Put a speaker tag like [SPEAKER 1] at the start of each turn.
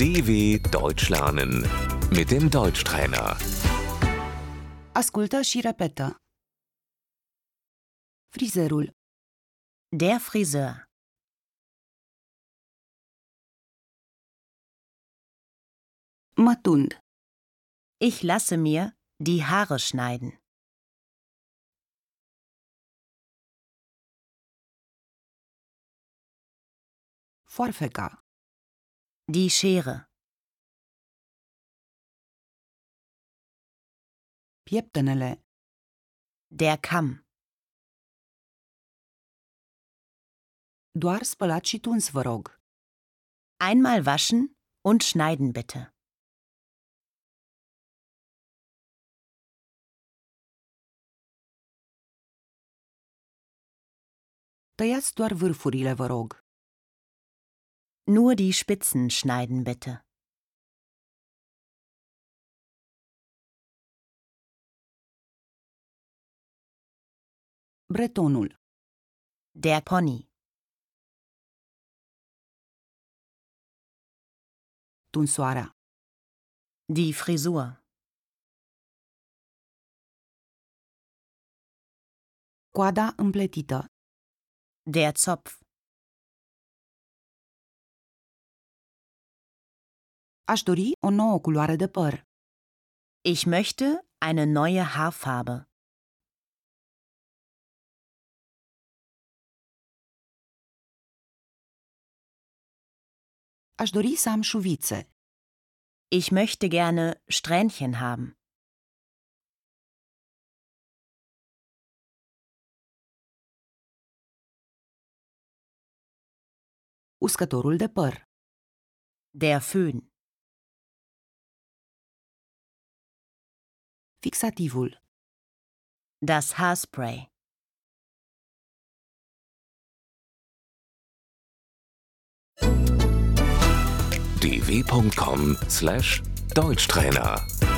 [SPEAKER 1] DW Deutsch lernen mit dem Deutschtrainer.
[SPEAKER 2] Ascultă și repetă. Frizerul,
[SPEAKER 3] Der Friseur.
[SPEAKER 2] mă tund,
[SPEAKER 3] Ich lasse mir die Haare schneiden.
[SPEAKER 2] foarfeca,
[SPEAKER 3] Die Schere.
[SPEAKER 2] pieptenele,
[SPEAKER 3] Der Kamm.
[SPEAKER 2] doar spălat și tuns, vă rog.
[SPEAKER 3] Einmal waschen und schneiden bitte.
[SPEAKER 2] Tăiați doar vârfurile, vă rog.
[SPEAKER 3] Nur die Spitzen schneiden bitte.
[SPEAKER 2] Bretonul,
[SPEAKER 3] Der Pony.
[SPEAKER 2] tunsoarea,
[SPEAKER 3] Die Frisur.
[SPEAKER 2] coada împletită,
[SPEAKER 3] Der Zopf.
[SPEAKER 2] aș dori o nouă culoare de păr,
[SPEAKER 3] Ich möchte eine neue Haarfarbe.
[SPEAKER 2] aș dori să am șuvițe,
[SPEAKER 3] Ich möchte gerne Strähnchen haben.
[SPEAKER 2] uscătorul de păr,
[SPEAKER 3] Der Föhn.
[SPEAKER 2] fixativul,
[SPEAKER 3] Das Haarspray.
[SPEAKER 1] dw.com/deutschtrainer